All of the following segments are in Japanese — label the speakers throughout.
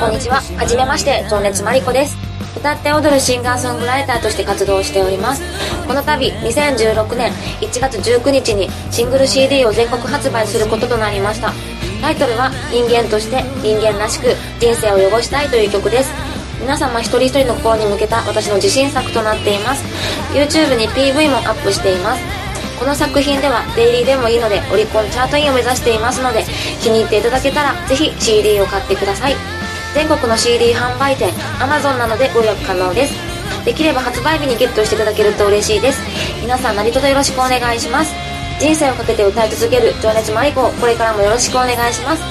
Speaker 1: こんにちは。はじめまして、情熱まりこです。歌って踊るシンガーソングライターとして活動しております。この度、2016年1月19日にシングル CD を全国発売することとなりました。タイトルは、人間として人間らしく人生を汚したいという曲です。皆様一人一人の心に向けた私の自信作となっています。YouTube に PV もアップしています。この作品ではデイリーでもいいのでオリコンチャートインを目指していますので気に入っていただけたらぜひ CD を買ってください全国の CD 販売店 Amazon などでご予約可能ですできれば発売日にゲットしていただけると嬉しいです皆さん何卒よろしくお願いします人生をかけて歌い続ける情熱マリコをこれからもよろしくお願いします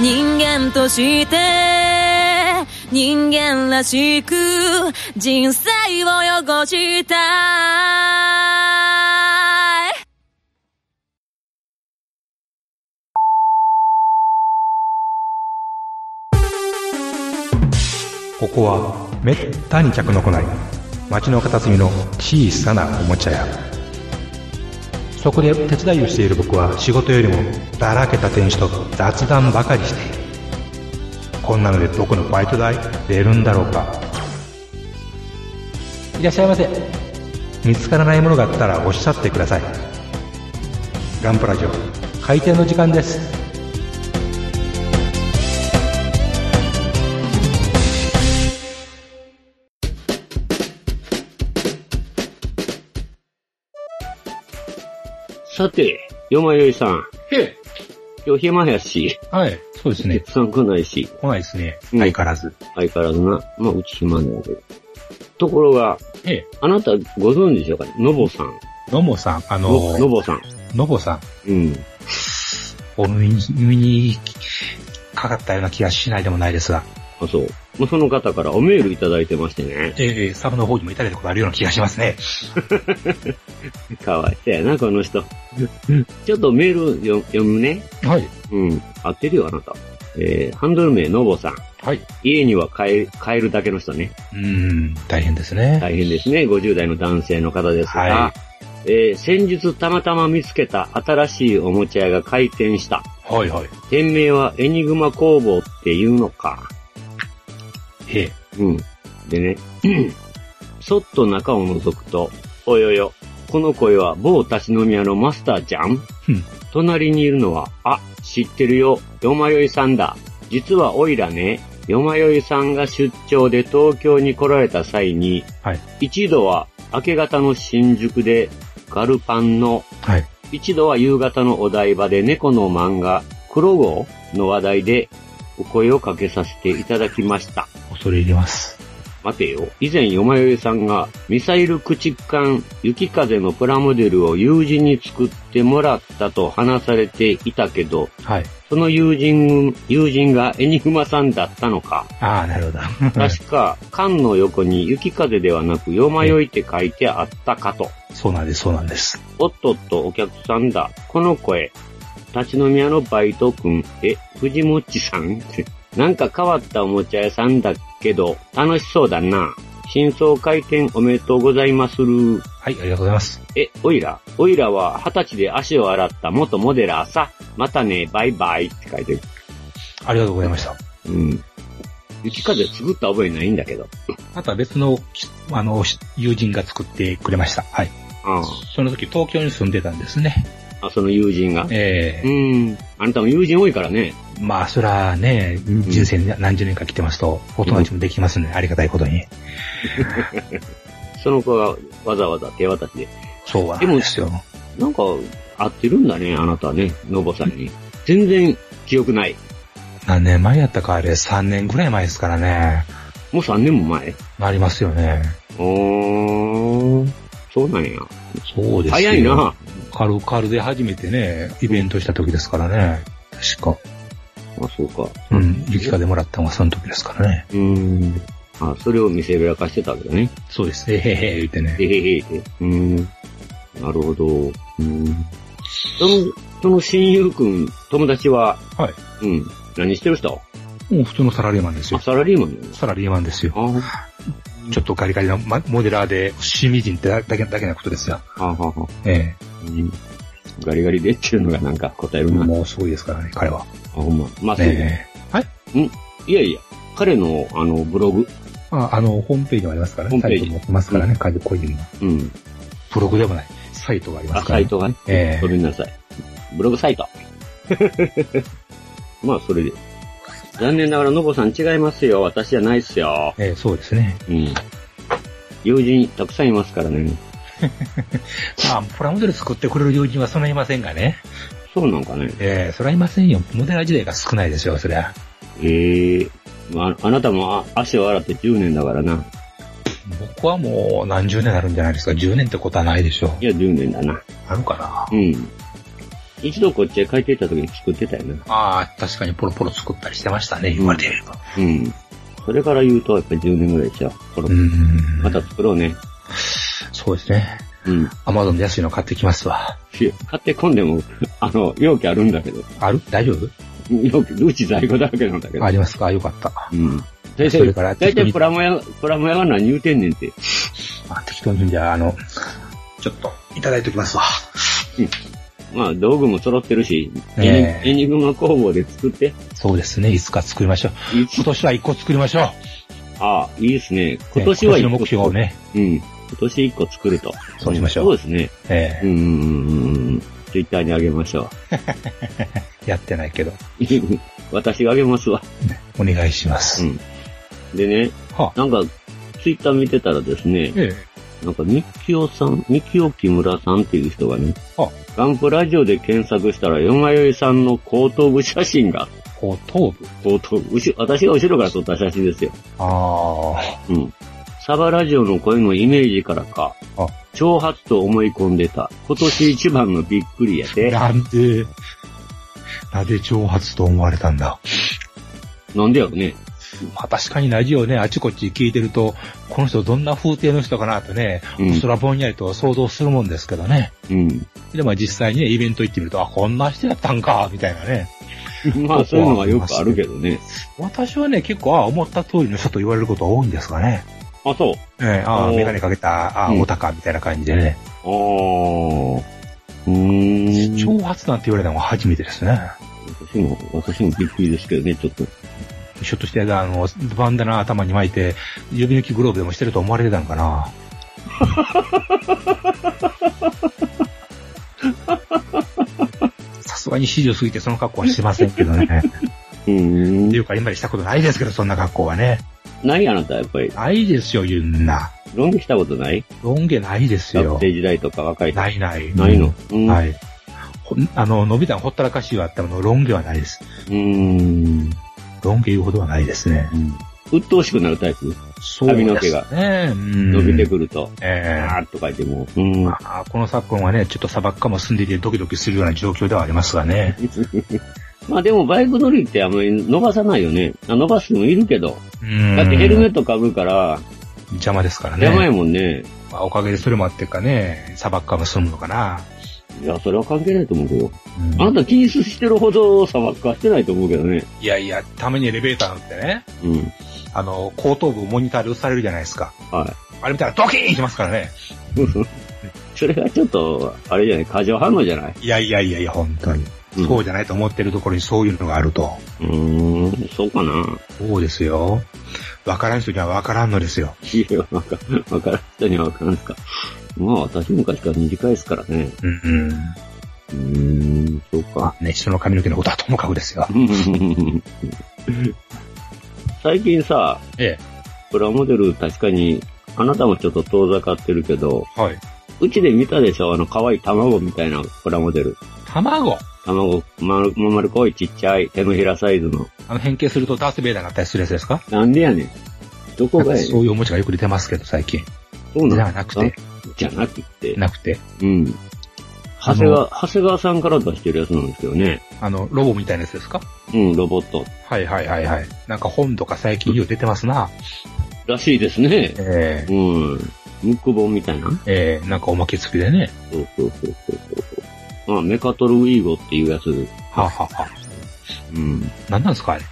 Speaker 2: 人間として人間らしく人生を汚した
Speaker 3: ここはめったに客の来ない町の片隅の小さなおもちゃ屋そこで手伝いをしている僕は仕事よりもだらけた店主と雑談ばかりしているこんなので僕のバイト代出るんだろうかいらっしゃいませ見つからないものがあったらおっしゃってくださいガンプラジオ開店の時間です
Speaker 4: さて、よまよいさん。
Speaker 5: へえ。
Speaker 4: 今日暇やし。
Speaker 3: はい、そうですね。
Speaker 4: たくさん来ないし。
Speaker 3: 来ないですね。相変わらず。
Speaker 4: 相変わらずな。まあ、うち暇なんだけど。ところが、
Speaker 3: ええ。
Speaker 4: あなたご存知でしょうかねのぼさん。
Speaker 3: のぼさん、あの
Speaker 4: ー、のぼさん。
Speaker 3: のぼさ
Speaker 4: ん。うん。
Speaker 3: お耳にかかったような気がしないでもないですが。
Speaker 4: あ、そう。もうその方からおメールいただいてましてね。
Speaker 3: ええー、サブの方にもいただいたことあるような気がしますね。
Speaker 4: かわいそうやな、この人。ちょっとメール読むね。
Speaker 3: はい。
Speaker 4: うん。合ってるよ、あなた。えー、ハンドル名、のぼさん。
Speaker 3: はい。
Speaker 4: 家には帰帰るだけの人ね。
Speaker 3: うん、大変ですね。
Speaker 4: 大変ですね。50代の男性の方ですが。はい、えー、先日たまたま見つけた新しいおもちゃ屋が開店した。
Speaker 3: はいはい。
Speaker 4: 店名はエニグマ工房っていうのか。
Speaker 3: へえ。
Speaker 4: うん。でね、そっと中を覗くと、およよ、この声は某立ち飲み屋のマスターちゃん、
Speaker 3: うん、
Speaker 4: 隣にいるのは、あ、知ってるよ、よまよいさんだ。実はおいらね、よまよいさんが出張で東京に来られた際に、
Speaker 3: はい、
Speaker 4: 一度は明け方の新宿でガルパンの、
Speaker 3: はい、
Speaker 4: 一度は夕方のお台場で猫の漫画、黒号の話題でお声をかけさせていただきました。
Speaker 3: 恐れ入ります。
Speaker 4: 待てよ。以前、よまよいさんが、ミサイル駆逐艦、雪風のプラモデルを友人に作ってもらったと話されていたけど、
Speaker 3: はい。
Speaker 4: その友人、友人がエニグマさんだったのか。
Speaker 3: ああ、なるほど。
Speaker 4: 確か、缶の横に雪風ではなく、よまよいって書いてあったかと。
Speaker 3: そうなんです、そうなんです。
Speaker 4: おっとっと、お客さんだ。この声。立ち飲み屋のバイト君、え、藤もっちさん なんか変わったおもちゃ屋さんだけど、楽しそうだな。真相開店おめでとうございまする。
Speaker 3: はい、ありがとうございます。
Speaker 4: え、おいら、おいらは二十歳で足を洗った元モデラーさ。またね、バイバイって書いてる。
Speaker 3: ありがとうございました。
Speaker 4: うん。雪風作った覚えないんだけど。
Speaker 3: また別の、あの、友人が作ってくれました。はい。
Speaker 4: ああ
Speaker 3: その時東京に住んでたんですね。
Speaker 4: あ、その友人が。
Speaker 3: え
Speaker 4: えー、うん。あなたも友人多いからね。
Speaker 3: まあ、そらね、人生何十年か来てますと、お友達もできますね、うん、ありがたいことに。
Speaker 4: その子がわざわざ手渡しで。
Speaker 3: そうなんですよ。
Speaker 4: でなんか、合ってるんだね、あなたね、のぼさんに。全然、記憶ない。
Speaker 3: 何年前やったか、あれ、3年ぐらい前ですからね。
Speaker 4: もう3年も前
Speaker 3: なりますよね。
Speaker 4: おー、そうなんや。
Speaker 3: そうです
Speaker 4: 早いな。
Speaker 3: カルカルで初めてね、イベントした時ですからね。確か。
Speaker 4: あ、そうか。
Speaker 3: うん。雪風もらったのはその時ですからね。
Speaker 4: うん。あ、それを見せびらかしてたわけだね。
Speaker 3: そうです。えへへ、言ってね。
Speaker 4: えへへ、って。うん。なるほど。うん。その、その親友くん、友達は、。
Speaker 3: はい
Speaker 4: うん。何してる人
Speaker 3: もう普通のサラリーマンですよ。
Speaker 4: サラリーマン
Speaker 3: サラリーマンですよ。
Speaker 4: あ
Speaker 3: ちょっとガリガリの、ま、モデラーで、趣味人ってだけ、だけなことですよ。
Speaker 4: はあ、はあ、
Speaker 3: え
Speaker 4: え、うん。ガリガリでっていうのがなんか答えるな。
Speaker 3: もうすごいですからね、彼は。
Speaker 4: あ、ほんま。まあ、
Speaker 3: ねえ。はい
Speaker 4: んいやいや、彼の、あの、ブログ、
Speaker 3: あ、あの、ホームページもありますから
Speaker 4: ホ
Speaker 3: ね。
Speaker 4: ーム
Speaker 3: サ
Speaker 4: ペー
Speaker 3: イ
Speaker 4: ジ
Speaker 3: トもありますからね。解雇指の。
Speaker 4: うん。
Speaker 3: ブログでもない。サイトがありま
Speaker 4: あ、
Speaker 3: すから、
Speaker 4: サ
Speaker 3: ね。
Speaker 4: イトがね。
Speaker 3: ええ
Speaker 4: ごめんなさい。ブログサイト。 まあ、それで。残念ながら、のぼさん違いますよ。私じゃないっすよ。
Speaker 3: ええそうですね。
Speaker 4: うん。友人たくさんいますからね。
Speaker 3: まあ、プラモデル作ってくれる友人はそんないませんがね。
Speaker 4: そうなんかね。
Speaker 3: ええそりゃいませんよ。モデラー時代が少ないですよ、そりゃ。
Speaker 4: ええまあ、あなたもあ足を洗って10年だからな。
Speaker 3: 僕はもう何十年あるんじゃないですか。10年ってことはないでしょう
Speaker 4: い。や、10年だな。
Speaker 3: あるかな
Speaker 4: うん。一度こっちへ帰っていった時に作ってたよな。
Speaker 3: ああ、確かにポロポロ作ったりしてましたね、言われてみれば。
Speaker 4: うん。それから言うと、やっぱり10年ぐらいでしょ。これ
Speaker 3: うん。
Speaker 4: また作ろうね。
Speaker 3: そうですね。
Speaker 4: うん。
Speaker 3: アマゾンで安いの買ってきますわ。
Speaker 4: いや買ってこんでも、 あの、容器あるんだけど。
Speaker 3: ある大丈夫
Speaker 4: 容器、うち在庫だらけなんだけど。
Speaker 3: ありますかあよかった。
Speaker 4: うん。大
Speaker 3: それ
Speaker 4: 体、
Speaker 3: から
Speaker 4: 大体プラモ屋、プラモ屋は何言うてんねんって。
Speaker 3: あ適当に、じゃあ、あの、ちょっと、いただいておきますわ。
Speaker 4: まあ、道具も揃ってるし、エニ,、
Speaker 3: ええ
Speaker 4: エニグマ工房で作って。
Speaker 3: そうですね、いつか作りましょう。
Speaker 4: い
Speaker 3: 今
Speaker 4: つ
Speaker 3: 年は一個作りましょう。
Speaker 4: ああ、いいですね。今年は
Speaker 3: え
Speaker 4: 一
Speaker 3: え今年の
Speaker 4: 個
Speaker 3: 目標をね。
Speaker 4: うん。今年一個作ると。
Speaker 3: そうしましょう
Speaker 4: そうですね。
Speaker 3: え
Speaker 4: う
Speaker 3: え
Speaker 4: んうんうんうんうん。ツイッターにあげましょ
Speaker 3: やってないけど、
Speaker 4: う。 私があげますわ。
Speaker 3: お願いします。
Speaker 4: うん。でね、
Speaker 3: はあ、
Speaker 4: なんか、ツイッター見てたらですね、
Speaker 3: え
Speaker 4: なんか、みきおさん、みきお木村さんっていう人がね
Speaker 3: あ、
Speaker 4: ガンプラジオで検索したら、よまよいさんの後頭部写真が、
Speaker 3: え後頭部。
Speaker 4: 後頭部、後ろ私が後ろから撮った写真ですよ。
Speaker 3: あ
Speaker 4: うん。サバラジオの声のイメージからか
Speaker 3: あ、
Speaker 4: 挑発と思い込んでた、今年一番のびっくりや
Speaker 3: あ。
Speaker 4: で、
Speaker 3: なんで、なんで挑発と思われたんだ。
Speaker 4: なんでやろね。
Speaker 3: まあ確かにラジオね、あちこち聞いてると、この人どんな風景の人かなとね、
Speaker 4: うん
Speaker 3: そ。らぼんやりと想像するもんですけどね。
Speaker 4: うん。
Speaker 3: で、まあ実際にね、イベント行ってみると、あ、こんな人やったんか、みたいなね。
Speaker 4: まあ、そういうのはよくあるけどね。
Speaker 3: 私はね、結構、あ思った通りの人と言われることが多いんですかね。
Speaker 4: あ、そう。
Speaker 3: ええああ、
Speaker 4: おー
Speaker 3: メガネかけた、ああ、
Speaker 4: うん
Speaker 3: オタか、みたいな感じでね。
Speaker 4: あー。うーん。
Speaker 3: 挑発なんて言われたのは初めてですね。
Speaker 4: 私も、私もびっくりですけどね、ちょっと。
Speaker 3: ひょっとして、あの、バンダナ頭に巻いて、指抜きグローブでもしてると思われてたんかな。 さすがに四十過ぎてその格好はしてませんけど ね。
Speaker 4: うーん
Speaker 3: ってい。うか、今までしたことないですけど、そんな格好はね。
Speaker 4: ないあなた、やっぱり。
Speaker 3: ないですよ、言うんな。
Speaker 4: ロン毛したことない
Speaker 3: ロン毛ないです
Speaker 4: 学
Speaker 3: よ。
Speaker 4: 生時代とか若い時。
Speaker 3: ないない。
Speaker 4: ないの。うん
Speaker 3: は。い。ほんあの、伸びたほったらかしはあったもの、ロン毛はないです。
Speaker 4: うーん。
Speaker 3: ロン毛言うほどはないですね。
Speaker 4: 鬱陶しくなるタイプ
Speaker 3: そう
Speaker 4: ですね
Speaker 3: ね。うん
Speaker 4: 伸びてくると、
Speaker 3: ええ
Speaker 4: あーっとか言ってもう、うん。
Speaker 3: まあ、この昨今はね、ちょっと砂漠化も進んでいてドキドキするような状況ではありますがね。
Speaker 4: まあでもバイク乗りってあんまり伸ばさないよね。あ伸ばす人もいるけど。
Speaker 3: うん
Speaker 4: だってヘルメットかぶるから、
Speaker 3: 邪魔ですからね。
Speaker 4: 邪魔やもんね。
Speaker 3: まあおかげでそれもあってかね、砂漠化も進むのかな。
Speaker 4: いや、それは関係ないと思うけど。
Speaker 3: うん
Speaker 4: あなた気にしてるほど砂漠化してないと思うけどね。
Speaker 3: いやいや、ためにエレベーター乗ってね、
Speaker 4: うん。
Speaker 3: あの、後頭部モニターで映されるじゃないですか。
Speaker 4: は
Speaker 3: あれ見たらドキーンいきますからね。
Speaker 4: い。 それがちょっと、あれじゃない、過剰反応じゃない
Speaker 3: いやいやいやいや、本当に。
Speaker 4: うん
Speaker 3: そうじゃないと思ってるところにそういうのがあると。
Speaker 4: うーん、そうかな。
Speaker 3: そうですよ。わからん人にはわからんのですよ。
Speaker 4: いや、わか、わからん人にはわからんすか。まあ、私昔から短いですからね。
Speaker 3: うんうん。
Speaker 4: うーん、そうか。
Speaker 3: ね、人の髪の毛のことはともかくですよ。
Speaker 4: 最近さ、
Speaker 3: え
Speaker 4: プラモデル確かに、あなたもちょっと遠ざかってるけど、
Speaker 3: え。はい。
Speaker 4: うちで見たでしょあの、可愛い卵みたいなプラモデル。
Speaker 3: 卵
Speaker 4: 卵、まる、まんまるこいちっちゃい、手のひらサイズの。
Speaker 3: あの、変形するとダースベイダーになったりするやつですか
Speaker 4: なんでやねん。どこがやねん。
Speaker 3: そういうおもちゃがよく出てますけど、最近。
Speaker 4: そう
Speaker 3: じ
Speaker 4: な
Speaker 3: ゃ
Speaker 4: ん
Speaker 3: なくて、
Speaker 4: じゃなくて。
Speaker 3: なくて、
Speaker 4: うん。長谷川、長谷川さんから出してるやつなんですけどね。
Speaker 3: あの、ロボみたいなやつですか
Speaker 4: うん、ロボット。
Speaker 3: はいはいはいはい。なんか本とか最近よう出てますな。
Speaker 4: らしいですね。
Speaker 3: え
Speaker 4: うん。ムック本みたいな。
Speaker 3: えええなんかおまけ付きでね。
Speaker 4: そうそうそうそうそう。まあ、メカトルウィーゴっていうやつ。
Speaker 3: はあ、はあはあ、
Speaker 4: うん。
Speaker 3: なんなんですかあれ。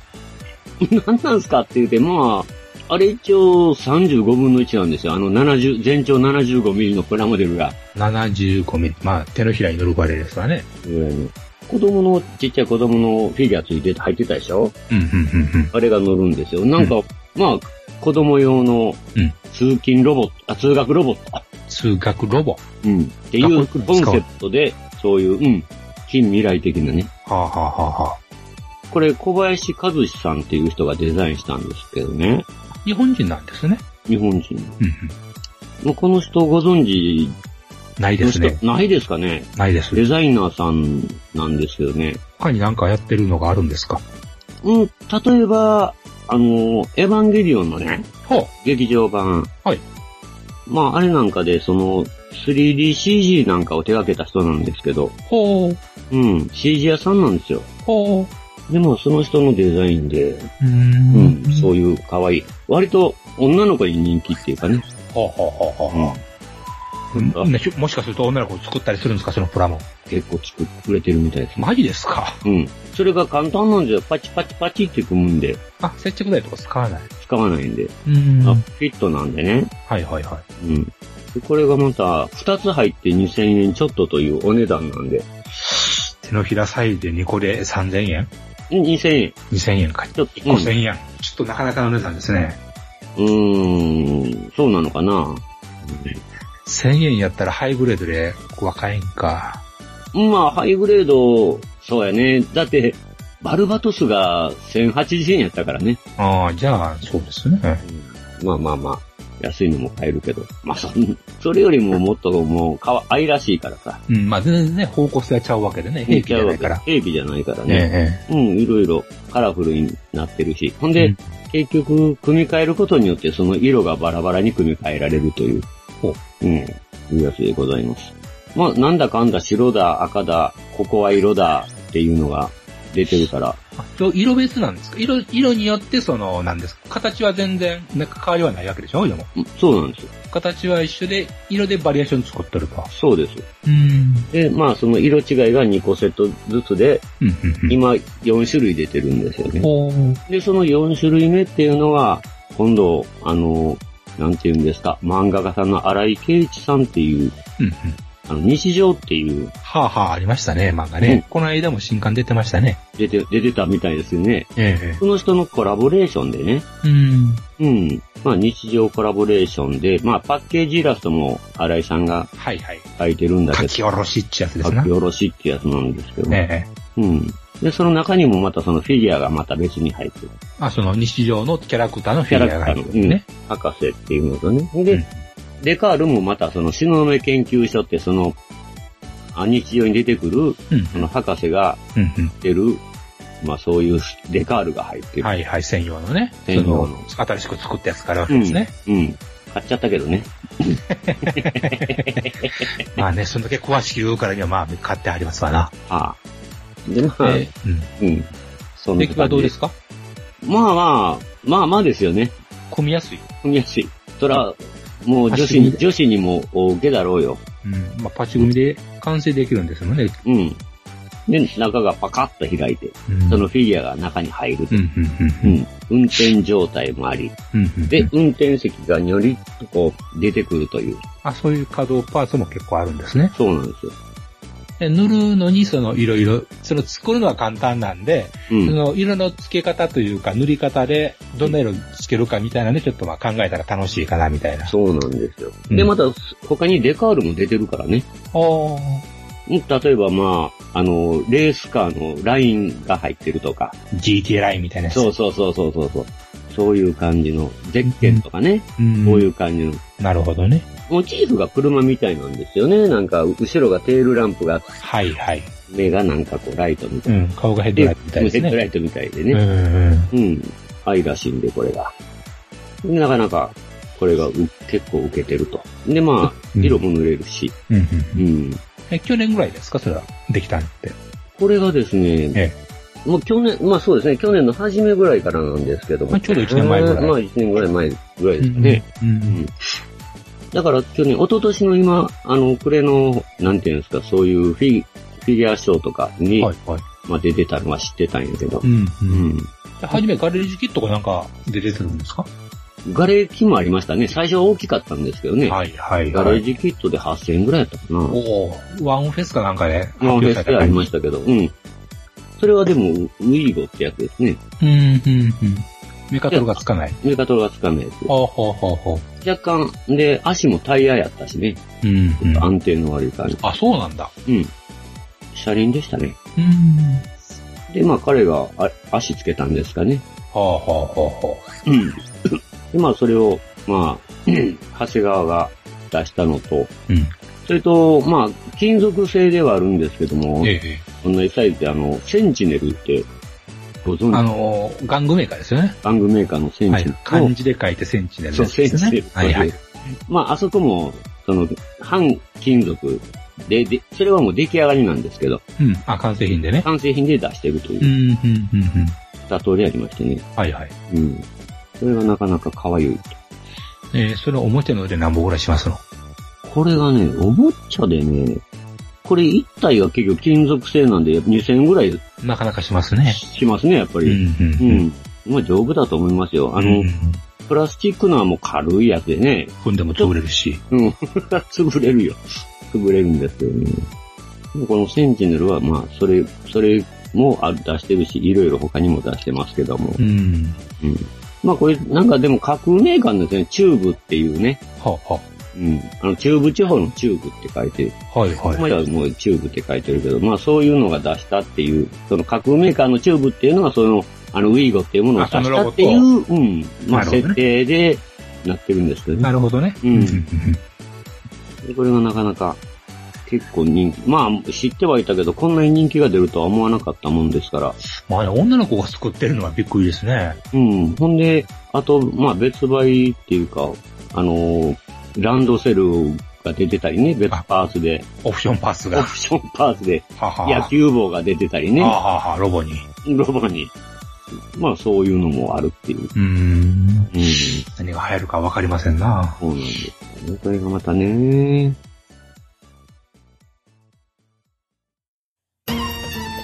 Speaker 4: 何なんすかって言うて、まあ、あれ一応35分の1なんですよ。あの70、全長75ミリのプラモデルが。
Speaker 3: 75ミリ。まあ、手のひらに乗るバレーですわね。
Speaker 4: ぐらいの子供の、ちっちゃい子供のフィギュアついてて入ってたでしょ
Speaker 3: うん、うん、うん、
Speaker 4: あれが乗るんですよ。なんか、まあ、子供用の
Speaker 3: うん
Speaker 4: 通勤ロボット、あ、通学ロボットか。
Speaker 3: うん。数学ロボ。
Speaker 4: うん。っていう
Speaker 3: 学校行くんで
Speaker 4: コン
Speaker 3: す
Speaker 4: セ
Speaker 3: か
Speaker 4: プトで、そういう、うん、近未来的なね。
Speaker 3: はあ、はあはあは
Speaker 4: これ、小林和志さんっていう人がデザインしたんですけどね。
Speaker 3: あ、日本人なんですね。
Speaker 4: 日本人。
Speaker 3: うん、うん。
Speaker 4: もうこの人ご存知
Speaker 3: ないで
Speaker 4: の
Speaker 3: す
Speaker 4: 人、
Speaker 3: ね。
Speaker 4: ないですかね。
Speaker 3: ないです。
Speaker 4: デザイナーさんなんですけどね。
Speaker 3: 他になんかやってるのがあるんですか
Speaker 4: うん、例えば、あの、エヴァンゲリオンのね、
Speaker 3: ほう。
Speaker 4: 劇場版。
Speaker 3: はい。
Speaker 4: まあ、あれなんかで、その、3DCG なんかを手掛けた人なんですけど、
Speaker 3: ほう。
Speaker 4: うん、CG 屋さんなんですよ。
Speaker 3: ほう。
Speaker 4: でも、その人のデザインで、
Speaker 3: うー
Speaker 4: うんん、そういう可愛い。割と、女の子に人気っていうかね。
Speaker 3: ほうほうほうほう
Speaker 4: う。ん、
Speaker 3: うんねもしかすると女の子作ったりするんですかそのプラモ。
Speaker 4: 結構作ってくれてるみたいですね。
Speaker 3: マジですか
Speaker 4: うん。それが簡単なんですよ。パチパチパチって組むんで、
Speaker 3: あ、接着剤とか使わない。
Speaker 4: 使わないんで。
Speaker 3: うーん
Speaker 4: あ
Speaker 3: は
Speaker 4: フィットなんでね。
Speaker 3: いはいは
Speaker 4: うん。でこれがまた、2つ入って2000円ちょっとというお値段なんで、
Speaker 3: い。手のひらサイズで2個で3000円
Speaker 4: うん2000円。
Speaker 3: ?2000 円か。
Speaker 4: ちょっと、うん、
Speaker 3: 5000円。ちょっとなかなかの値段ですね。
Speaker 4: うーん、そうなのかな。
Speaker 3: 1000円やったらハイグレードで若いんか。
Speaker 4: うんまあ、ハイグレード、そうやね。だって、バルバトスが1080円やったからね。
Speaker 3: ああ、じゃあ、そうですね。
Speaker 4: まあまあまあ、安いのも買えるけど。まあ、そそれよりももっともう、かわ、愛らしいから さ。
Speaker 3: うん、まあ全然ね、方向性はちゃうわけでね。平気じゃないから。
Speaker 4: 平気じゃないからね。
Speaker 3: ね
Speaker 4: うん、いろいろカラフルになってるし。ほんで、
Speaker 3: うん
Speaker 4: 結局、組み替えることによって、その色がバラバラに組み替えられるという。
Speaker 3: ほ
Speaker 4: うん、いうやつでございます。まあ、なんだかんだ白だ、赤だ、ここは色だっていうのが出てるから、
Speaker 3: あそう色別なんですか色、色によってその、なんですか形は全然、なんか変わりはないわけでしょでも。
Speaker 4: うんそうなんですよ。
Speaker 3: 形は一緒で、色でバリエーション作ってると。
Speaker 4: そうです。
Speaker 3: うん。
Speaker 4: で、まあ、その色違いが2個セットずつで、
Speaker 3: うん、うん、うん。
Speaker 4: 今4種類出てるんですよね。
Speaker 3: ほう。
Speaker 4: で、その4種類目っていうのは、今度、あの、なんて言うんですか、漫画家さんの荒井圭一さんっていう、
Speaker 3: うん、うん。
Speaker 4: あの、日常っていう、
Speaker 3: はあはあ、ありましたね、漫画
Speaker 4: うん
Speaker 3: ね。この間も新刊出てましたね。
Speaker 4: 出て、出てたみたいですよね。
Speaker 3: え
Speaker 4: その人のコラボレーションでね、
Speaker 3: え。うん。
Speaker 4: うん。まあ、日常コラボレーションで、まあ、パッケージイラストも荒井さんが
Speaker 3: はいはい。
Speaker 4: 描いてるんだけ
Speaker 3: 書
Speaker 4: ど、
Speaker 3: き下ろしってやつです
Speaker 4: 書
Speaker 3: な
Speaker 4: き。下ろしってやつなんですけど、
Speaker 3: ええ。
Speaker 4: うん。で、その中にもまたそのフィギュアがまた別に入ってる。
Speaker 3: あ、その日常のキャラクターのフィギュアが入ってるね。
Speaker 4: 博士っていうのとね。で、
Speaker 3: うん
Speaker 4: デカールもまたその東雲研究所ってその、あ日常に出てくる、
Speaker 3: うん。
Speaker 4: その博士が
Speaker 3: うん、
Speaker 4: 出る、まあそういうデカールが入っ
Speaker 3: う
Speaker 4: て
Speaker 3: ん。
Speaker 4: る。
Speaker 3: はいはい、専用のね。
Speaker 4: 専用の
Speaker 3: その新しく作ったやつからあるわけですね。
Speaker 4: うん。買っちゃったけどね。
Speaker 3: まあね、そんだけ詳しく言うからには、まあ、買ってありますわな。
Speaker 4: ああ。で、まあ、
Speaker 3: ええうん。
Speaker 4: うん。そんな
Speaker 3: 出来
Speaker 4: 感じ
Speaker 3: はどうですか
Speaker 4: まあまあ、まあまあですよね。
Speaker 3: 混みやすい。
Speaker 4: 組みやすい。そら、もう女子
Speaker 3: あ
Speaker 4: に、
Speaker 3: そう
Speaker 4: 女子にも大受けだろうよ。
Speaker 3: うん。まあ、パチ組みで完成できるんですもんね。
Speaker 4: うん。で、中がパカッと開いて、
Speaker 3: うん
Speaker 4: そのフィギュアが中に入る
Speaker 3: うん、うん、う。
Speaker 4: うんん。運転状態もあり、
Speaker 3: うん、うん。
Speaker 4: で、、運転席がにょりっとこう出てくるという。
Speaker 3: あ、そういう稼働パーツも結構あるんですね。
Speaker 4: そうなんですよ。
Speaker 3: で塗るのに、その、いろいろ、その、作るのは簡単なんで、
Speaker 4: う
Speaker 3: そ
Speaker 4: ん。
Speaker 3: の、色の付け方というか、塗り方で、どんな色つけるかみたいなね、ちょっとまあ考えたら楽しいかな、みたいな。
Speaker 4: そうなんですよ。
Speaker 3: うん
Speaker 4: で、また他にデカールも出てるからね。
Speaker 3: おー
Speaker 4: うん例えばまあ、あの、レースカーのラインが入ってるとか。
Speaker 3: GTA ラインみたいなやつ。
Speaker 4: そうそうそうそうそうそう。そういう感じの、ゼッケンとかね。
Speaker 3: うん。
Speaker 4: こういう感じの。
Speaker 3: なるほどね。
Speaker 4: モチーフが車みたいなんですよね。なんか、後ろがテールランプが、
Speaker 3: はいはい。
Speaker 4: 目がなんかこうライトみた
Speaker 3: う
Speaker 4: い
Speaker 3: ん。顔がヘッド
Speaker 4: で。
Speaker 3: ライトみたいです
Speaker 4: ヘッドラ
Speaker 3: ね。
Speaker 4: イトみたいで
Speaker 3: う
Speaker 4: ね。
Speaker 3: んうん。
Speaker 4: うん。愛らしいんで、これが。なかなか、これがう結構受けてると。で、まあ、
Speaker 3: うん
Speaker 4: 色も塗れるし。
Speaker 3: うんうん
Speaker 4: う
Speaker 3: うん。
Speaker 4: ん。
Speaker 3: え、去年ぐらいですかそれは。できたのって。
Speaker 4: これがですね、
Speaker 3: え
Speaker 4: もう去年、まあそうですね、去年の初めぐらいからなんですけども。
Speaker 3: まあちょうど一年前ぐらい
Speaker 4: えーまあ1年ぐらい前ぐらいですかね
Speaker 3: ね。。うん。
Speaker 4: だから去年、一昨年の今、あの、暮れの、なんていうんですか、そういうフィフィギュアショーとかに、
Speaker 3: はいはい。
Speaker 4: まあ出てたのは知ってたんやけど
Speaker 3: う。んう。
Speaker 4: うんん。
Speaker 3: はじめガレージキットがなんか出てるんですか
Speaker 4: ガレーキもありましたね。最初は大きかったんですけどね。
Speaker 3: はいはい
Speaker 4: ガレ
Speaker 3: は
Speaker 4: ー
Speaker 3: い。
Speaker 4: ジキットで8000円ぐらいだったかな。
Speaker 3: おーワンフェスかなんかで発
Speaker 4: まあ、フ
Speaker 3: 表
Speaker 4: ェ
Speaker 3: され
Speaker 4: ス
Speaker 3: た
Speaker 4: であり
Speaker 3: 感じ。
Speaker 4: ましたけど、うん。それはでも、ウィーゴってやつですね。
Speaker 3: うん、うん、うん。メカトルがつかない。
Speaker 4: メカトルがつかないやつ。
Speaker 3: ほうほうほうほ
Speaker 4: 若干、で、足もタイヤやったしね。
Speaker 3: う。うん、うん。
Speaker 4: 安定の悪い感じ。
Speaker 3: あ、そうなんだ。
Speaker 4: うん。車輪でしたね。
Speaker 3: うん。
Speaker 4: で、まあ彼があ足つけたんですかね。
Speaker 3: はあ、はあ、はあ、はあ。
Speaker 4: うん。で、まあそれを、まあ、 長谷川が出したのと、
Speaker 3: うん。
Speaker 4: それと、まあ、金属製ではあるんですけども、
Speaker 3: ええ。
Speaker 4: 同じサイズで、あの、センチネルって、ご存
Speaker 3: あ
Speaker 4: 知、
Speaker 3: のー、玩具メーカーですよね。
Speaker 4: 玩具メーカーのセン
Speaker 3: は
Speaker 4: チ
Speaker 3: い
Speaker 4: ネル。と、
Speaker 3: 漢字で書いてセンチネル
Speaker 4: そう、
Speaker 3: です
Speaker 4: セ
Speaker 3: ね。
Speaker 4: ンチネル。
Speaker 3: はいはい。
Speaker 4: まあ、あそこも、その、半金属で、で、それはもう出来上がりなんですけど、
Speaker 3: うん。あ、完成品でね。
Speaker 4: 完成品で出してるというう、
Speaker 3: ん、うん、うん、うん。
Speaker 4: 二通りありましてね。
Speaker 3: はいはい。
Speaker 4: うん。それがなかなか可愛い。
Speaker 3: えー、それ表の上で何本ぐらいしますの
Speaker 4: これがね、おもちゃでね、これ一体が結局金属製なんで2000円ぐらい
Speaker 3: なかなかしますね。
Speaker 4: しますね、やっぱ
Speaker 3: う
Speaker 4: り。
Speaker 3: ん、う、
Speaker 4: うんん。まあ丈夫だと思いますよ。
Speaker 3: うん。
Speaker 4: あの、
Speaker 3: うん
Speaker 4: プラスチックのはもう軽いやつでね。
Speaker 3: 踏んでも潰れるし。
Speaker 4: うん。 潰れるよ。潰れるんですけどね。でもこのセンチネルはまあ、それ、それもあ出してるし、いろいろ他にも出してますけども。
Speaker 3: うん。
Speaker 4: うん。まあこれ、なんかでも架空メーカーのですね、チューブっていうね。
Speaker 3: はあ、は
Speaker 4: うん。あの、中部地方のチューブって書いてる。
Speaker 3: あ。はいはい。
Speaker 4: 今ではもうチューブって書いてるけど、まあそういうのが出したっていう、その架空メーカーのチューブっていうのがその、あのウィーゴっていうものを出したってい
Speaker 3: あその
Speaker 4: う、うん、まあ
Speaker 3: なるほどね
Speaker 4: 設定でなってるんですけどね。
Speaker 3: なるほどね。
Speaker 4: うん
Speaker 3: うんうん
Speaker 4: これがなかなか結構人気、まあ知ってはいたけど、こんなに人気が出るとは思わなかったもんですから、
Speaker 3: まあね、女の子が作ってるのはびっくりですね。
Speaker 4: うん、ほんで、あと、まあ別売っていうか、あの、ランドセルが出てたりね、別パーツで、
Speaker 3: オプションパス
Speaker 4: オ
Speaker 3: が。
Speaker 4: プションパーツで、
Speaker 3: はは
Speaker 4: 野球帽が出てたりね。
Speaker 3: はあはあはあロボに。
Speaker 4: ロボに。まあそういうのもあるっていう。
Speaker 3: うーん。
Speaker 4: うん。
Speaker 3: 何が流行るかわかりませんな。
Speaker 4: そうなんですよね。これがまたね。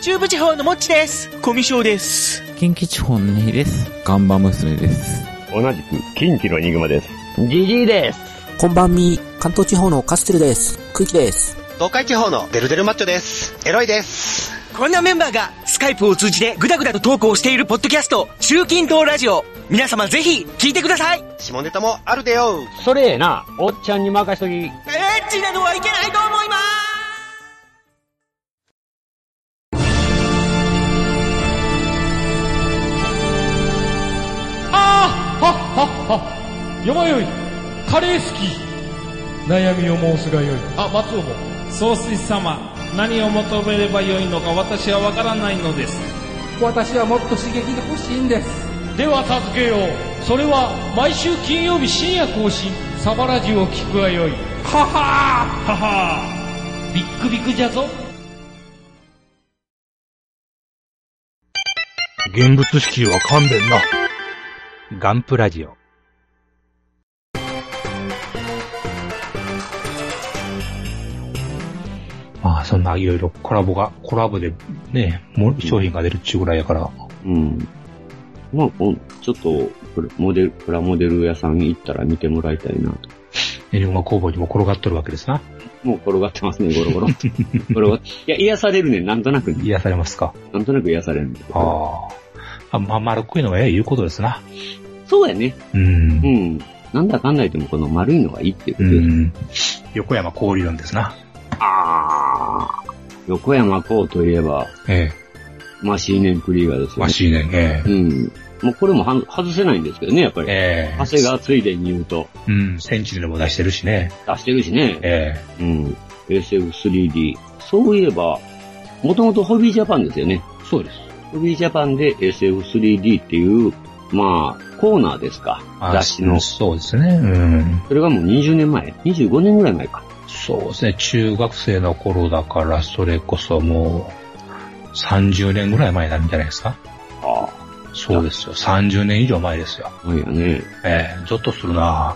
Speaker 5: 中部地方のもっちです。コミュ障です。
Speaker 6: 近畿地方のネギです。ガンバ娘です。
Speaker 4: 同じく、近畿のニグマです。ジジイです。
Speaker 7: こんばんみ、関東地方のカステルです。空気です。
Speaker 8: 東海地方のデルデルマッチョです。エロいです。
Speaker 5: こんなメンバーがスカイプを通じてグダグダと投稿しているポッドキャスト、中近東ラジオ。皆様ぜひ聞いてください。エ
Speaker 8: 下ネタもあるでよ。
Speaker 4: それええな、おっちゃんに任しとき。
Speaker 5: ッチなのはいけないと思います。
Speaker 9: ああはっはっはよまよいカレー好き悩みを申すがよいあ松尾も総帥様何を求めればよいのか私はわからないのです私はもっと刺激が欲しいんですでは助けようそれは毎週金曜日深夜更新サバラジュを聞くがよいははーははービックビックじゃぞ
Speaker 3: 現物支給は勘弁な。ガンプラジオ。まあ、そんないろいろコラボが、コラボでね、もう商品が出るっちゅうぐらいやから。
Speaker 4: うん。まあ、こんちょっと、プラモデル、プラモデル屋さんに行ったら見てもらいたいなと。
Speaker 3: エニグマ工房にも転がっとるわけですな。
Speaker 4: もう転がってますね、ゴロゴロ。ゴロゴロ。いや、癒されるね、なんとなくね。
Speaker 3: 癒されますか。
Speaker 4: なんとなく癒されるんだけど
Speaker 3: ああ。あまあ、丸っこいのがええいうことですな。
Speaker 4: そうやね。
Speaker 3: う。
Speaker 4: うんん。なんだかんだ言ってもこの丸いのがいいっていうこ
Speaker 3: う
Speaker 4: とです。
Speaker 3: ん。横山光理論ですな。
Speaker 4: あー。横山光といえば、
Speaker 3: え
Speaker 4: まあ、シーネンクリーガーです
Speaker 3: え。
Speaker 4: よ
Speaker 3: わ
Speaker 4: ね。
Speaker 3: しいね。え
Speaker 4: う
Speaker 3: え。
Speaker 4: ん。もうこれもはん外せないんですけどね、やっぱり。
Speaker 3: ええ。
Speaker 4: 長谷川ついでに言うと、
Speaker 3: うん。センチネルも出してるしね。
Speaker 4: 出してるしね。
Speaker 3: え
Speaker 4: うん。SF3D。そういえば、もともとホビージャパンですよね。そうです。ホビージャパンで SF3D っていう、まあ、コーナーですか
Speaker 3: え。。
Speaker 4: 雑誌の。そ
Speaker 3: そうですね。うん。
Speaker 4: れがもう20年前 ?25 年ぐらい前か。
Speaker 3: そうですね。中学生の頃だから、それこそもう、30年ぐらい前になるんじゃないですか。
Speaker 4: あ
Speaker 3: そうですよ。30年以上前ですよ。
Speaker 4: あ。そうやね。
Speaker 3: ええ。ゾッとするな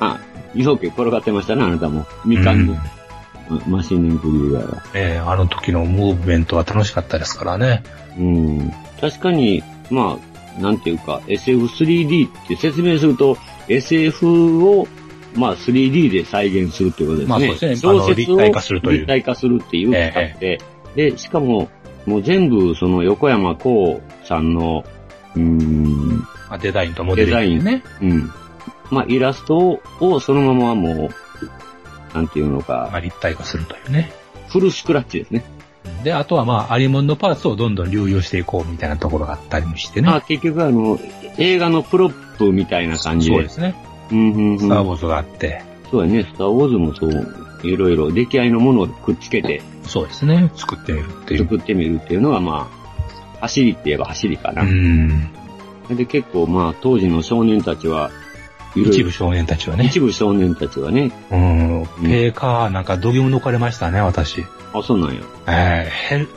Speaker 4: まあ、よく転がってましたね、あなたも。みかんの
Speaker 3: う、
Speaker 4: マシンネンクリーガーが。
Speaker 3: ええ、あの時のムーブメントは楽しかったですからね。
Speaker 4: うん。確かに、まあ、なんていうか、SF3D って説明すると、SF を、まあ 3D で再現するということですね。
Speaker 3: まあそうですねあ
Speaker 4: 小
Speaker 3: の
Speaker 4: 説
Speaker 3: 立
Speaker 4: を
Speaker 3: 体化するという
Speaker 4: 立体化するっていう企画で、で、しかも、もう全部その横山光さんの、うーん、
Speaker 3: まあデザインとモデルですね。
Speaker 4: うん。まあ、イラストををそのままもう、なんていうの
Speaker 3: ま
Speaker 4: か、
Speaker 3: あ立体化するというね。
Speaker 4: フルスクラッチですね。
Speaker 3: で、あとはまあ、ありもんのパーツをどんどん流用していこうみたいなところがあったりもしてね。
Speaker 4: まあ、結局あの、映画のプロップみたいな感じで。
Speaker 3: そうですね。
Speaker 4: うんうんうん。
Speaker 3: スターウォーズがあって。
Speaker 4: そうやね。スターウォーズもそう、いろいろ出来合いのものをくっつけて
Speaker 3: そうですね。作ってみるっていう。
Speaker 4: 作ってみるっていうのはまあ、走りって言えば走りか
Speaker 3: う
Speaker 4: な。
Speaker 3: ん。
Speaker 4: で、結構まあ、当時の少年たちは、いろいろ
Speaker 3: 一部少年たちはね。
Speaker 4: 一部少年たちはね、
Speaker 3: うん。ペーカーなんか度肝抜かれましたね、私。
Speaker 4: あ、そうなんや。
Speaker 3: ええヘリ、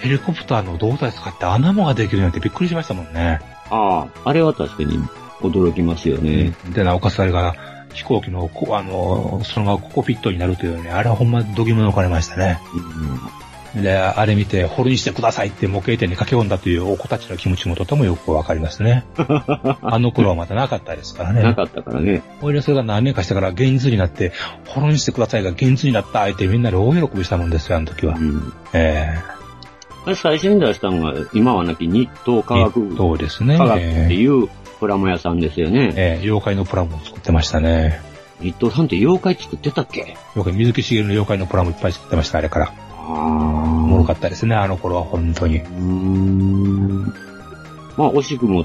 Speaker 3: ヘリコプターの胴体使って穴もができるなんてびっくりしましたもんね。
Speaker 4: ああ、あれは確かに驚きますよね。
Speaker 3: で、なおかつあれが、飛行機のこ、あの、そのままココピットになるというね、あれはほんま度肝抜かれましたね。
Speaker 4: うん
Speaker 3: で、あれ見て、掘りにしてくださいって模型店に駆け込んだというお子たちの気持ちもとてもよくわかります ね。あの頃はまだなかったですから
Speaker 4: な
Speaker 3: ね。
Speaker 4: かったからね。
Speaker 3: おいでそれが何年かしてから現実になって、掘りにしてくださいが現実になったってみんなで大喜びしたもんですよ、あの時は。
Speaker 4: うん。
Speaker 3: え
Speaker 4: あれ最初に出したのが、今はなき日東
Speaker 3: え
Speaker 4: 科学部、
Speaker 3: そうですね。
Speaker 4: 科学っ
Speaker 3: え
Speaker 4: て
Speaker 3: え
Speaker 4: いうプラモ屋さんですよね。
Speaker 3: ええ妖怪のプラモを作ってましたね。
Speaker 4: 日東さんって妖怪作ってたっけ
Speaker 3: 妖怪、水木しげるの妖怪のプラモいっぱい作ってました、あれから。
Speaker 4: あ
Speaker 3: おもろか
Speaker 4: あ。
Speaker 3: ったですね、あの頃は本当に
Speaker 4: う。ーん。まあ、惜しくも、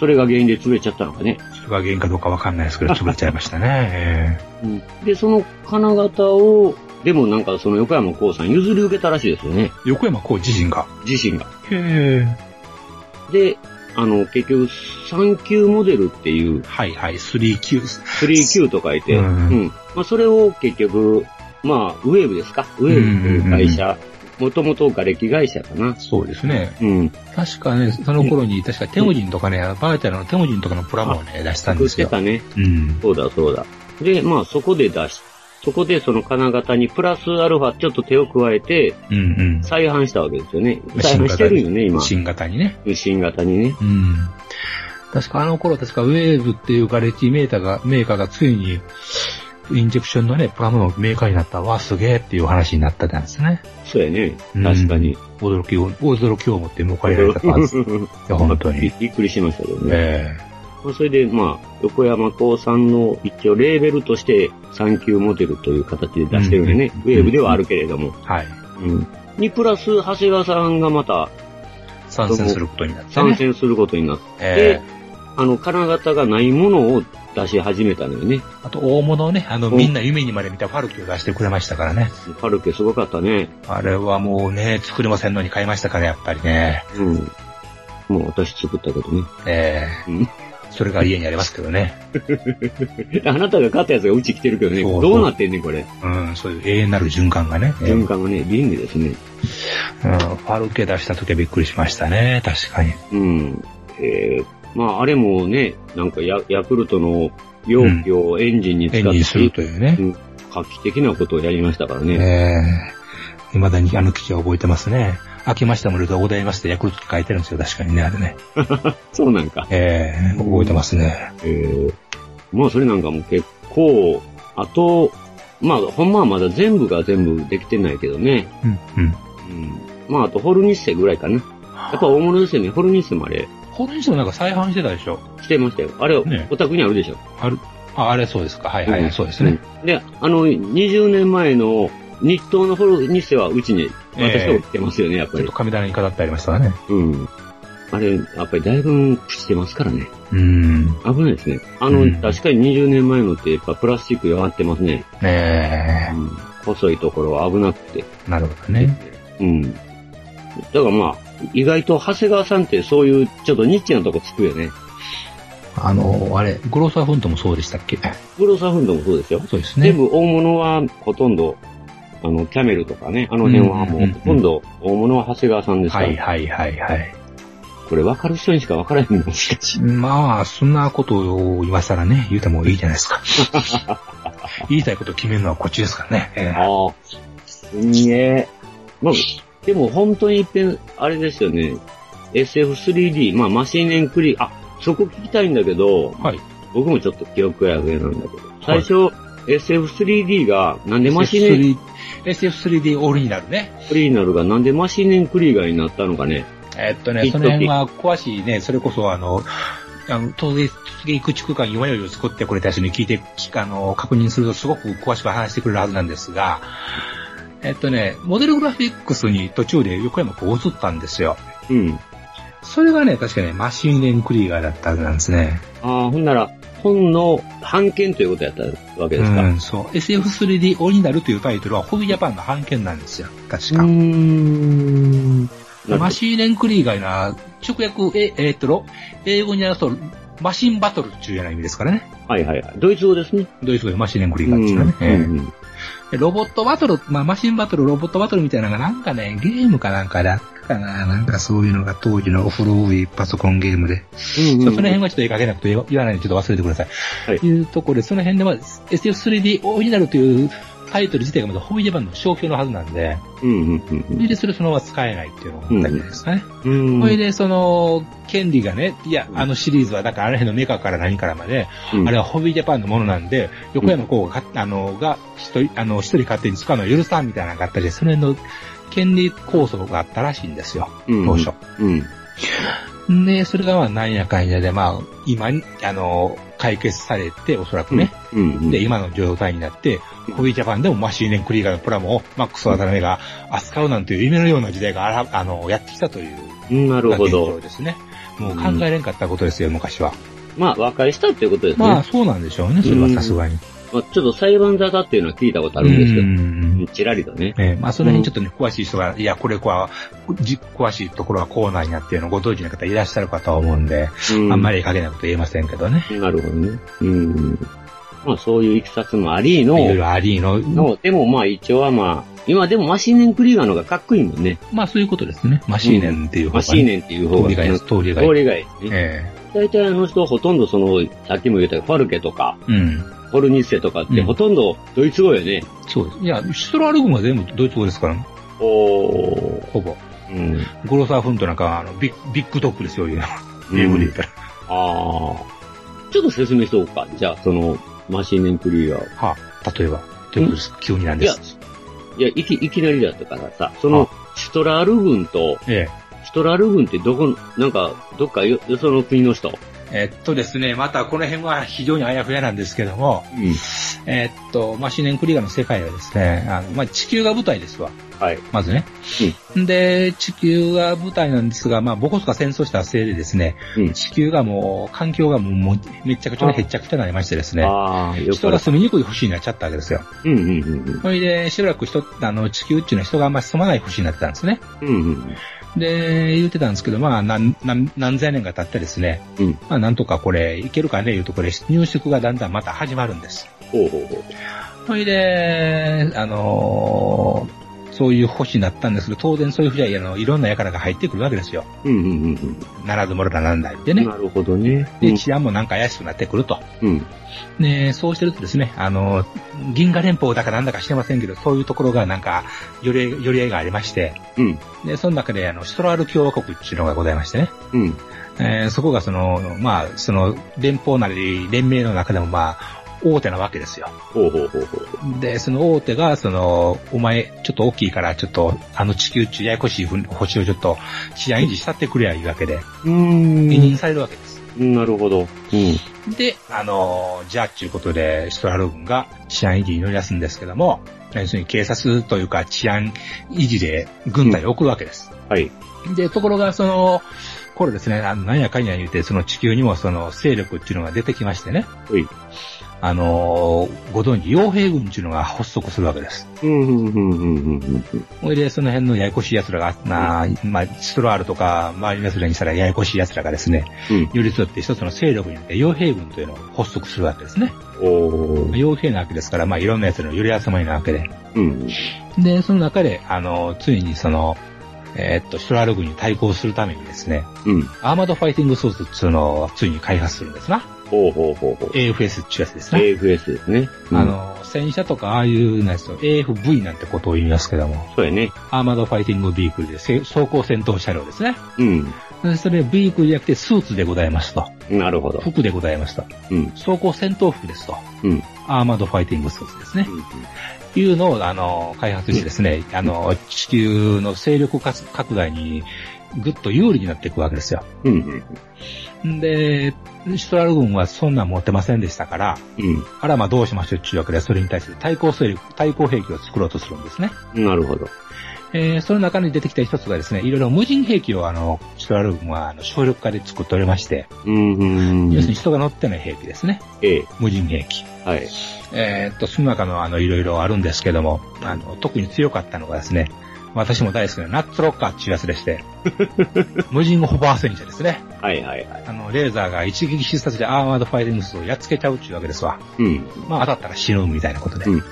Speaker 4: それが原因で潰れちゃったのかね。
Speaker 3: それが原因かどうかわかんないですけど、潰れちゃいましたね。え
Speaker 4: うん。で、その金型を、でもなんかその横山光さん譲り受けたらしいですよね。
Speaker 3: え横山浩自身が。
Speaker 4: 自身が。
Speaker 3: へえ。
Speaker 4: で、あの、結局、3級モデルっていう、
Speaker 3: はいはい、3級。
Speaker 4: 3Q と書いて、
Speaker 3: う
Speaker 4: うんん。まあ、それを結局、まあ、ウェーブですかウェーブという会社。もともと瓦礫会社かな。
Speaker 3: そうですね。
Speaker 4: うん。
Speaker 3: 確かね、その頃に、確かテムジンとかね、バーチャルのテムジンとかのプラモをね、出したん
Speaker 4: 作
Speaker 3: で
Speaker 4: っ
Speaker 3: す
Speaker 4: て
Speaker 3: よ。
Speaker 4: たね。
Speaker 3: うん。
Speaker 4: そうだそうだ。で、まあ、そこで出し、そこでその金型にプラスアルファちょっと手を加えて、
Speaker 3: うんうん。
Speaker 4: 再販したわけですよね。
Speaker 3: まあ
Speaker 4: 再販してるよね、今。
Speaker 3: 新型にね。
Speaker 4: 新型にね。
Speaker 3: うん。確かあの頃、確かウェーブっていう瓦礫メーカーが、メーカーがついに、インジェクションのね、プラモのメーカーになったわ、すげえっていう話になったんですね。
Speaker 4: そうやね。
Speaker 3: うん
Speaker 4: 確かに。
Speaker 3: 驚きを、驚きを持って向かえられた パーツ。いや、本当
Speaker 4: び
Speaker 3: に。
Speaker 4: びっくりしましたけどね。
Speaker 3: え
Speaker 4: まあそれで、まあ、横山光さんの一応レーベルとして3級モデルという形で出してるんでね、
Speaker 3: うん
Speaker 4: ウェーブではあるけれども、
Speaker 3: えはい。
Speaker 4: うん。にプラス、長谷川さんがまた
Speaker 3: 参戦することになって
Speaker 4: 参
Speaker 3: ね。
Speaker 4: 戦することになって、
Speaker 3: ええ
Speaker 4: あの、金型がないものを出し始めたのよね。
Speaker 3: あと、大物をね、あの、
Speaker 4: うん
Speaker 3: みんな夢にまで見たファルキを出してくれましたからね。
Speaker 4: パルケすごかったね。
Speaker 3: あれはもうね、作れませんのに買いましたから、やっぱりね。
Speaker 4: うん。もう私作ったけどね。
Speaker 3: ええ
Speaker 4: うん
Speaker 3: それが家にありますけどね。
Speaker 4: あなたが買ったやつがうち来てるけどね、
Speaker 3: そうそう
Speaker 4: どうなってんねん、これ。
Speaker 3: うん、そういう永遠なる循環がね。ええ
Speaker 4: 循環がね、リングですね。
Speaker 3: うん、ファルケ出した時はびっくりしましたね、確かに。
Speaker 4: うん。えー、まあ、あれもね、なんかヤヤクルトの容器をエンジンに使
Speaker 3: 絵
Speaker 4: って、
Speaker 3: にするというね。
Speaker 4: うん画期的なことをやりましたから
Speaker 3: え
Speaker 4: ね。
Speaker 3: え未だにあの記事は覚えてますね。明けましておめでとうございますってヤクルトって書いてるんですよ、確かにね、あれね。
Speaker 4: そうなんか。
Speaker 3: ええ覚えてますね。
Speaker 4: えー、まあそれなんかもう結構、あと、まあほんまはまだ全部が全部できてないけどね。
Speaker 3: うん、うん。
Speaker 4: うん。まああとホルニッセぐらいかな。やっぱ大物ですよね。ホルニッセもあれ、
Speaker 3: これにしてもなんか再販してたでしょ。
Speaker 4: してましたよ。あれ、
Speaker 3: ね
Speaker 4: お宅にあるでしょ。
Speaker 3: ある、あ、あれそうですか。はいはい、
Speaker 4: うん
Speaker 3: そうですね。
Speaker 4: うんで、あの、20年前の日東のホルニッセはうちに、私
Speaker 3: ええ
Speaker 4: は来てますよね、やっぱ
Speaker 3: ちょっ
Speaker 4: り
Speaker 3: と。神棚に飾ってありましたわね。
Speaker 4: うん。あれ、やっぱりだいぶ朽ちてますからね。
Speaker 3: うん。ね
Speaker 4: 危ないですね。あの、
Speaker 3: うん
Speaker 4: 確かに20年前のってやっぱプラスチック弱ってますね。
Speaker 3: え
Speaker 4: うん。細いところは危なくて。
Speaker 3: なるほどね。
Speaker 4: うん。だからまあ、意外と長谷川さんってそういうちょっとニッチなとこつくよね。
Speaker 3: あの、あれ、グローサーフォントもそうでしたっけ
Speaker 4: プロサフンドもそうですよ。
Speaker 3: そうですね。
Speaker 4: 全部大物はほとんど、あの、キャメルとかね、あの辺は
Speaker 3: うんうんう
Speaker 4: も
Speaker 3: ん
Speaker 4: うほとんど大物は長谷川さんですか
Speaker 3: は
Speaker 4: ら、
Speaker 3: いはいはいはい。
Speaker 4: これ分かる人にしか分からへんのしかし。
Speaker 3: まあ、そんなことを今更ね、言うてもいいじゃないです か。言いたいことを決めるのはこっちですからね。ええ
Speaker 4: ああ、すんげえ。まあ、でも本当に一遍、あれですよね。 SF3D、まあ、マシンエンクリー、あ、そこ聞きたいんだけど、
Speaker 3: はい。
Speaker 4: 僕もちょっと記憶やげなんだけど、最初、SF3D が、なんでマシンエン
Speaker 3: SF3、SF3D オールになるね。
Speaker 4: クリーナルがなんでマシンエンクリーガーになったのかね。
Speaker 3: えっとね、
Speaker 4: 一
Speaker 3: そ
Speaker 4: 時
Speaker 3: の辺は詳しいね、それこそあの、あの、陶芸、陶芸駆逐艦岩よりを作ってくれた人に聞いて、きあの、確認するとすごく詳しく話してくれるはずなんですが、えっとね、モデルグラフィックスに途中で横山君映ったんですよ。
Speaker 4: うん。
Speaker 3: それがね、確かね、マシンレンクリーガーだったはずなんですね。
Speaker 4: ああ、ほんなら、本の版権ということやったわけですか。
Speaker 3: うん、そう。SF3D オリジナルというタイトルはホビージャパンの版権なんですよ。確か。
Speaker 4: ん。なるほ
Speaker 3: マシーレンクリーガーな、直訳、え、えーっとろ、英語に表すと、マシンバトルっていうような意味ですからね。
Speaker 4: どはいはいはい。ドイツ語ですね。
Speaker 3: ドイツ語でマシーレンクリーガーですからね。え
Speaker 4: うん
Speaker 3: えでロボットバトル、まあ、マシンバトル、ロボットバトルみたいなのが、なんかね、ゲームかなんかだったかな。なんかそういうのが当時の古いパソコンゲームで。
Speaker 4: うん
Speaker 3: その辺はちょっと絵描けなくて言わないでちょっと忘れてください。
Speaker 4: はい
Speaker 3: いうところで、その辺では SF3D オリジナルというタイトル自体がまだホイール版の商標のはずなんで、
Speaker 4: うんうんうん
Speaker 3: それでそれそのまま使えないっていうのがあったりですかね。
Speaker 4: うん。
Speaker 3: それ
Speaker 4: で、
Speaker 3: で、その、権利がね、いや、
Speaker 4: うん
Speaker 3: あのシリーズは、なんかあの辺のメーカーから何からまで、
Speaker 4: うん
Speaker 3: あれはホビージャパンのものなんで、横山公が、あの、が、一人、あの、一人勝手に使うのは許さんみたいなのがあったりして、その辺の権利構想があったらしいんですよ、
Speaker 4: うん
Speaker 3: 当初。
Speaker 4: うん。
Speaker 3: で、それがまあ、なんやかんやで、まあ、今に、あの、解決されて、おそらくね。
Speaker 4: うんうん。
Speaker 3: で、今の状態になって
Speaker 4: うん、
Speaker 3: ホビージャパンでもマシーネンクリーガーのプラモをマックス渡辺が扱うなんていう夢のような時代があら、あの、やってきたという。
Speaker 4: うんなるほど。
Speaker 3: ですね。もう考えれんかったことですよ、昔は。
Speaker 4: まあ、和解したっていうことですね。
Speaker 3: まあ、
Speaker 4: ま
Speaker 3: そうなんでしょうね、それはさすがに。
Speaker 4: あ、ちょっと裁判沙汰っていうのは聞いたことあるんですけど
Speaker 3: ん。
Speaker 4: うん、ちらりとね。
Speaker 3: ええまあ、その辺ちょっとね、詳しい人が、いや、これは、じ詳しいところはこうなんやっていうのをご存知の方いらっしゃるかとは思うんで、
Speaker 4: うん、
Speaker 3: あんまりかけないこと言えませんけどね。
Speaker 4: なるほどね。うん。まあ、そういういきさつもありの
Speaker 3: い、ろいろありの、
Speaker 4: の、でもまあ、一応はまあ、今でもマシンネンクリーガーの方がかっこいいもんね。
Speaker 3: まあそういうことですね。マシーネンっていう方
Speaker 4: マ
Speaker 3: がね
Speaker 4: シーネンっていう方
Speaker 3: 通
Speaker 4: が。
Speaker 3: りがいです、通りがい。
Speaker 4: 通りがいいですね。
Speaker 3: え
Speaker 4: 大体あの人はほとんどその、さっきも言ったファルケとか、
Speaker 3: えうん。
Speaker 4: ホルニッセとかって、
Speaker 3: うん
Speaker 4: ほとんどドイツ語よね。
Speaker 3: そうです。いや、シュトラルグムは全部ドイツ語ですからね、
Speaker 4: おー。
Speaker 3: ほぼ。
Speaker 4: うん。
Speaker 3: ゴロサーフントなんかは、あの、ビッビッグドッグですよ、いうの英語で言ったら。
Speaker 4: ああ。ちょっと説明しとこうか。じゃあ、その、マシンネンクリーガー。
Speaker 3: はあ、例えば、ということです。急になん
Speaker 4: い
Speaker 3: で
Speaker 4: や
Speaker 3: す。、
Speaker 4: いや、いき、いきなりだったからさ、その、シュトラール軍と、
Speaker 3: え
Speaker 4: シュトラール軍ってどこの、なんか、どっかよ、よその国の人。
Speaker 3: え。えっとですね、またこの辺は非常にあやふやなんですけども、
Speaker 4: うん。
Speaker 3: えっと、まあ、シネンクリーガーの世界はですね、あの、まあ、地球が舞台ですわ。
Speaker 4: はい。
Speaker 3: まずね。で、地球が舞台なんですが、まあ、ボコスカ戦争したせいでですね、
Speaker 4: うん
Speaker 3: 地球がもう、環境がもう、もうめっちゃくちゃにへっちゃくちゃになりましてですね、
Speaker 4: ああ、よく
Speaker 3: 人
Speaker 4: あ
Speaker 3: が
Speaker 4: る。
Speaker 3: 住みにくい星になっちゃったわけですよ。
Speaker 4: うんうんうん
Speaker 3: それで、しばらく人、あの、地球っていうのは人があんまり住まない星になってたんですね。
Speaker 4: うん。うんうん。
Speaker 3: で、言ってたんですけど、まあ、何、何、何千年が経ってですね、
Speaker 4: うん
Speaker 3: まあ、なんとかこれ、いけるかね、いうとこれ、入植がだんだんまた始まるんです。
Speaker 4: ほうほうほう。
Speaker 3: それで、あのーそういう星になったんですけど、当然そういうふうにあの、いろんな輩が入ってくるわけですよ。
Speaker 4: うんうんうんうん。
Speaker 3: ならずもろだなんだいってね
Speaker 4: な。るほどね。
Speaker 3: で、治安もなんか怪しくなってくると。
Speaker 4: うん。
Speaker 3: ね、そうしてるとですね、あの、銀河連邦だかなんだかしてませんけど、そういうところがなんか、より、より合いがありまして、
Speaker 4: うん。
Speaker 3: で、その中で、あの、シュトラール共和国っていうのがございましてね、
Speaker 4: うん。
Speaker 3: えーそこがその、まあ、その、連邦なり、連盟の中でもまあ、大手なわけですよ。
Speaker 4: ほうほうほうほう。
Speaker 3: で、その大手が、その、お前、ちょっと大きいから、ちょっと、あの地球中ややこしい星をちょっと、治安維持したってくれや、いうわけで、
Speaker 4: う
Speaker 3: 委
Speaker 4: ーん
Speaker 3: 任。されるわけです。
Speaker 4: なるほど。うん。
Speaker 3: で、あの、じゃあ、ということで、シュトラル軍が治安維持に乗り出すんですけども、要するに警察というか治安維持で軍隊を送るわけです。
Speaker 4: はい。
Speaker 3: で、ところが、その、これですね、あの、なんやかんや言うて、その地球にもその勢力っていうのが出てきましてね。
Speaker 4: はい。
Speaker 3: あの、ご存知、傭兵軍っていうのが発足するわけです。
Speaker 4: うんうんうんうんうんうんうん。
Speaker 3: ほいで、その辺のややこしい奴らが、まあ、まあ、ストロールとか、周りの奴らにしたらややこしい奴らがですね、
Speaker 4: うん。
Speaker 3: 寄り添って一つの勢力によって傭兵軍というのを発足するわけですね。
Speaker 4: おー。
Speaker 3: 傭兵なわけですから、まあいろんなやつの寄り集まりなわけで。
Speaker 4: うん。
Speaker 3: で、その中で、あの、ついにその、えーっと、シュトラル軍に対抗するためにですね、
Speaker 4: うん。
Speaker 3: アーマードファイティングスーツっていうのをついに開発するんですな。
Speaker 4: ほうほうほうほう。
Speaker 3: AFS ってやつですね。
Speaker 4: AFS ですね。うん
Speaker 3: あ、の、戦車とかああいうやつを AFV なんてことを言いますけども、
Speaker 4: そうやね。
Speaker 3: アーマードファイティングビークルで、せ装甲戦闘車両ですね。
Speaker 4: うん。
Speaker 3: でそれビークルじゃなくてスーツでございますと。
Speaker 4: なるほど。
Speaker 3: 服でございますと。
Speaker 4: うん。
Speaker 3: 装甲戦闘服ですと。
Speaker 4: うん。
Speaker 3: アーマードファイティングスーツですね。いうのを、あの、開発してですね、あの、地球の勢力かつ拡大にぐっと有利になっていくわけですよ。
Speaker 4: うん。うん。
Speaker 3: んで、シュトラル軍はそんなん持ってませんでしたから、
Speaker 4: うん。
Speaker 3: あらまあどうしましょうっていうわけで、それに対する対抗勢力、対抗兵器を作ろうとするんですね。
Speaker 4: うん。なるほど。
Speaker 3: えー、その中に出てきた一つがですね、いろいろ無人兵器をあの、シュトラル軍はあの省力化で作っておりまして、
Speaker 4: うん。うん。
Speaker 3: 要するに人が乗ってない兵器ですね。
Speaker 4: ええ。
Speaker 3: 無人兵器。
Speaker 4: はい。
Speaker 3: えーっと、その中のあの、いろいろあるんですけども、あの、特に強かったのがですね、私も大好きなナッツロッカーっていうやつでして、 無人ホバー戦車ですね。
Speaker 4: はいはいはい。
Speaker 3: あの、レーザーが一撃必殺でアーマードファイティングスをやっつけちゃうっていうわけですわ。
Speaker 4: うん。
Speaker 3: まあ当たったら死ぬみたいなことで。
Speaker 4: うん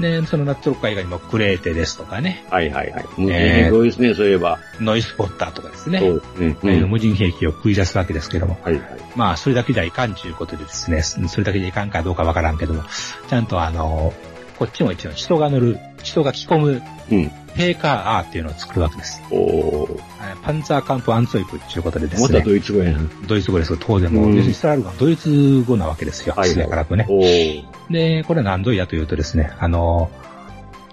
Speaker 3: で、そのナッツロッカー以外にもクレーテですとかね、
Speaker 4: はいはいはい。無
Speaker 3: ええ
Speaker 4: 事に多いですね、そういえば。
Speaker 3: ノイズポッターとかですね。
Speaker 4: そうですね。
Speaker 3: ああいう
Speaker 4: うん
Speaker 3: 無人兵器を食い出すわけですけども。
Speaker 4: はいはい。
Speaker 3: まあ、それだけじゃいかんということでですね、それだけじゃいかんかどうかわからんけども、ちゃんとあの、こっちも一応人が乗る、人が着込む、
Speaker 4: うん
Speaker 3: ペーカーアーっていうのを作るわけです。
Speaker 4: おー。
Speaker 3: えーパンツァーカンプアンツォイプっていうことでで
Speaker 4: ますた
Speaker 3: ね、
Speaker 4: ドイツ語やな。
Speaker 3: ドイツ語ですよ当然も
Speaker 4: う
Speaker 3: う、
Speaker 4: ん
Speaker 3: 要するにイスラエルがドイツ語なわけですよ、
Speaker 4: はいはい
Speaker 3: スネからくね。
Speaker 4: おー。
Speaker 3: で、これ何度やというとですね、あの、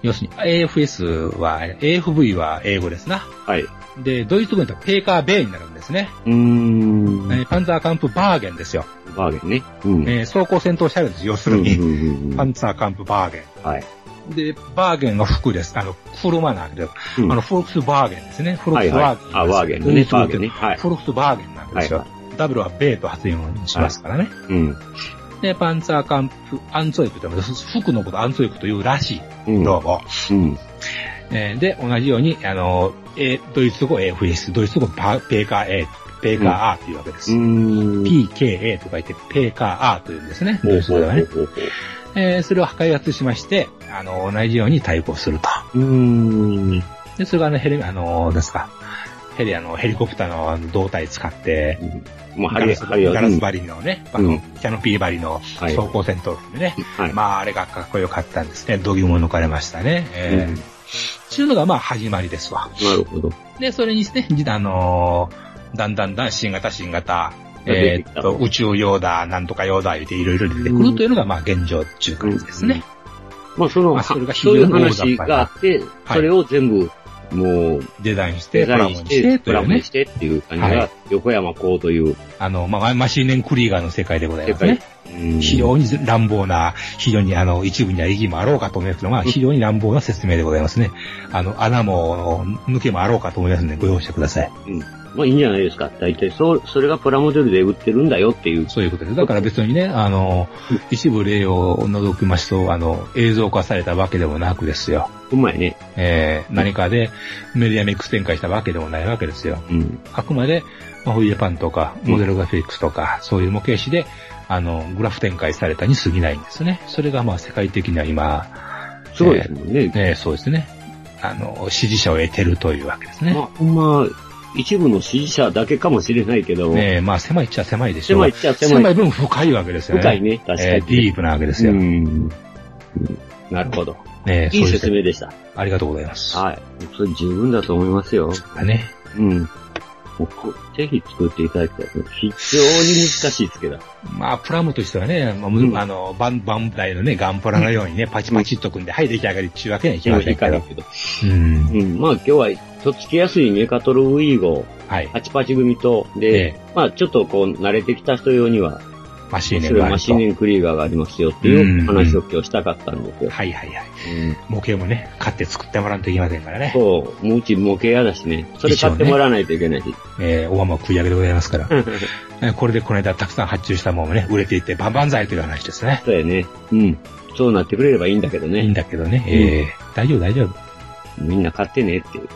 Speaker 3: 要するに AFS は、AFV は英語ですな。
Speaker 4: はい。
Speaker 3: で、ドイツ語だとペーカーベイになるんですね。
Speaker 4: うーん。
Speaker 3: えーパンツァーカンプバーゲンですよ。
Speaker 4: バーゲンね。うん。
Speaker 3: えー装甲戦闘車両です、要す
Speaker 4: うん
Speaker 3: る
Speaker 4: うん
Speaker 3: に。
Speaker 4: うんうん
Speaker 3: パンツァーカンプバーゲ
Speaker 4: はい。
Speaker 3: ン。で、バーゲンが服です。あの、車なんだけど、
Speaker 4: うん
Speaker 3: あの、フォルクスバーゲンですね。フォル
Speaker 4: は
Speaker 3: ク
Speaker 4: い
Speaker 3: ス
Speaker 4: は
Speaker 3: バーゲ。
Speaker 4: い
Speaker 3: ン。
Speaker 4: あ、バーゲンね。バーゲンね。
Speaker 3: ね。
Speaker 4: はい。
Speaker 3: フォルクスバーゲンなんですよ。
Speaker 4: はい
Speaker 3: ダブルはベイと発音しますからね。
Speaker 4: うん。
Speaker 3: で、パンツァーカンプ、アンツォイクというのは服のことアンツォイクというらしい。
Speaker 4: うん。
Speaker 3: どうも。
Speaker 4: うん。
Speaker 3: えーで、同じように、あの、えードイツ語 AFS、ドイツ語パペーカー A、ペーカー R というわけです。
Speaker 4: うーん。
Speaker 3: PKA と書いて、ペーカー R というんですね。
Speaker 4: ほ
Speaker 3: ド
Speaker 4: う
Speaker 3: イツ語
Speaker 4: ほう
Speaker 3: ではね。
Speaker 4: ほうほう。
Speaker 3: えーそれを開発しまして、あの、同じように対抗すると。
Speaker 4: うーん。
Speaker 3: で、それがあの、ヘリ、あの、なんですか、ヘリ、あの、ヘリコプターのあの胴体使って、
Speaker 4: まあ、
Speaker 3: ガ
Speaker 4: ハリ
Speaker 3: ラ
Speaker 4: ア、
Speaker 3: ス
Speaker 4: ハリア、
Speaker 3: ガラス
Speaker 4: うん
Speaker 3: 張りのね、あ
Speaker 4: う
Speaker 3: の
Speaker 4: ん
Speaker 3: キャノピー張りの
Speaker 4: はい
Speaker 3: 走行戦闘服でね、
Speaker 4: はい。
Speaker 3: まあ、あれがかっこよかったんですね。度肝も抜かれましたね。
Speaker 4: う
Speaker 3: えー
Speaker 4: ん
Speaker 3: っていうのが、まあ、始まりですわ。
Speaker 4: なるほど。
Speaker 3: で、それにして、じあのーだんだんだん新型新型、え
Speaker 4: 出て
Speaker 3: ー
Speaker 4: き
Speaker 3: ったと、宇宙用だ、なんとか用だ、言うていろいろ出てくるというのが、まあ、現状中感じですね。
Speaker 4: まあ、その、
Speaker 3: まあ
Speaker 4: は
Speaker 3: それが非
Speaker 4: そ
Speaker 3: 常
Speaker 4: うい
Speaker 3: に
Speaker 4: う
Speaker 3: 大雑把
Speaker 4: 話
Speaker 3: な
Speaker 4: があって、
Speaker 3: はい
Speaker 4: それを全部、もう、
Speaker 3: デザインして、
Speaker 4: デ
Speaker 3: コ
Speaker 4: ザ
Speaker 3: ラ
Speaker 4: イン
Speaker 3: ボに
Speaker 4: し
Speaker 3: して、
Speaker 4: て、
Speaker 3: と
Speaker 4: プ
Speaker 3: い
Speaker 4: ラ
Speaker 3: う
Speaker 4: モに
Speaker 3: ね
Speaker 4: し、てっていう感じ
Speaker 3: は
Speaker 4: が
Speaker 3: い、
Speaker 4: 横山こうという
Speaker 3: あの、まあ、マシーネンクリーガーの世界でござい
Speaker 4: 世
Speaker 3: ます
Speaker 4: 界
Speaker 3: ね。。
Speaker 4: うん
Speaker 3: 非常に乱暴な、非常にあの、一部には意義もあろうかと思いますけど、まあ、非常に乱暴な説明でございますね。あの、穴も、抜けもあろうかと思いますので、ご容赦ください。
Speaker 4: まあ、いいんじゃないですか。大体、そう、それがプラモデルで売ってるんだよっていう。
Speaker 3: そういうことです。だから別にね、あの、一部例を除きますと、あの、映像化されたわけでもなくですよ。
Speaker 4: うまいね。
Speaker 3: えー、何かでメディアミックス展開したわけでもないわけですよ。
Speaker 4: うん。
Speaker 3: あくまで、まあ、ホイールパンとか、モデルグラフィックスとか、そういう模型紙で、あの、グラフ展開されたに過ぎないんですね。それがまあ世界的には今、
Speaker 4: すごいですもんね。
Speaker 3: えーそうですね。あの、支持者を得てるというわけです
Speaker 4: ま
Speaker 3: ね。
Speaker 4: あ、ほんま、一部の支持者だけかもしれないけど、
Speaker 3: えーまあ狭いっちゃ狭いでしょう
Speaker 4: 狭
Speaker 3: が
Speaker 4: いっちゃ
Speaker 3: 狭
Speaker 4: 狭
Speaker 3: い
Speaker 4: い。
Speaker 3: 分深いわけですよね。
Speaker 4: 深いね、確かに。
Speaker 3: えーディープなわけですよ。
Speaker 4: うん。なるほど。
Speaker 3: えーそう
Speaker 4: いい
Speaker 3: です
Speaker 4: 説明でした。
Speaker 3: ありがとうございます。
Speaker 4: はい。それ十分だと思いますよ。
Speaker 3: ね。
Speaker 4: うん。もうこぜひ作っていただきたい。非常に難しいですけど。
Speaker 3: まあ、プラムとしてはね、まあ、む
Speaker 4: うん
Speaker 3: あの、バン、バンダイのね、ガンプラのようにね、パチパチっと組んで、はい、出来上がりっていうわけにはいき
Speaker 4: 手を
Speaker 3: ませ
Speaker 4: 引
Speaker 3: んけ
Speaker 4: かない
Speaker 3: ど。
Speaker 4: けど。
Speaker 3: うん。
Speaker 4: うん。まあ今日は、とっつきやすいメカトロウィーゴ、
Speaker 3: はい。
Speaker 4: パチパチ組と、
Speaker 3: え
Speaker 4: で、まあちょっとこう慣れてきた人用には、
Speaker 3: マシー
Speaker 4: 面
Speaker 3: ネが
Speaker 4: 白
Speaker 3: あ
Speaker 4: い
Speaker 3: る
Speaker 4: マシ
Speaker 3: と。
Speaker 4: ン
Speaker 3: はい
Speaker 4: ネンクリーガーがありますよっていう
Speaker 3: うん
Speaker 4: 話を今日したかったんですよ。
Speaker 3: はいはい。
Speaker 4: うん
Speaker 3: 模型もね、買って作ってもらわんといけませんからね。
Speaker 4: そう、もううち模型屋だしね。それ買ってもらわないといけないし。
Speaker 3: えー、オバマを食い上げでございますから。えーこれでこの間たくさん発注したものもね、売れていって、バンバン剤という話ですね。
Speaker 4: そうやね。うん。そうなってくれればいいんだけど
Speaker 3: いいん
Speaker 4: ね。
Speaker 3: だけどね、えー、大丈夫大丈夫。
Speaker 4: みんな買ってねっていう。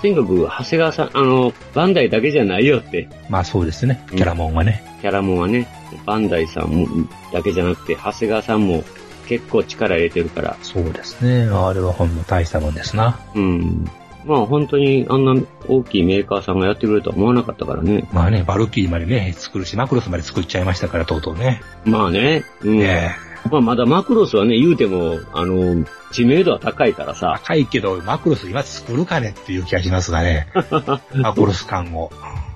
Speaker 4: とにかく、長谷川さん、あの、バンダイだけじゃないよって。
Speaker 3: まあそうですね、キャラモンはね。
Speaker 4: キャラモンはね、バンダイさんもだけじゃなくて、長谷川さんも結構力入れてるから。
Speaker 3: そうですね、あれはほんの大したもんですな。
Speaker 4: うん。まあ本当にあんな大きいメーカーさんがやってくれるとは思わなかったからね。
Speaker 3: まあね、バルキリーまでね、作るし、マクロスまで作っちゃいましたから、とうとうね。
Speaker 4: まあね。うん。
Speaker 3: ねえ。
Speaker 4: まあまだマクロスはね、言うても、あの、知名度は高いからさ、
Speaker 3: 高いけど、マクロス今作るかねっていう気がしますが ね。マクロス感を。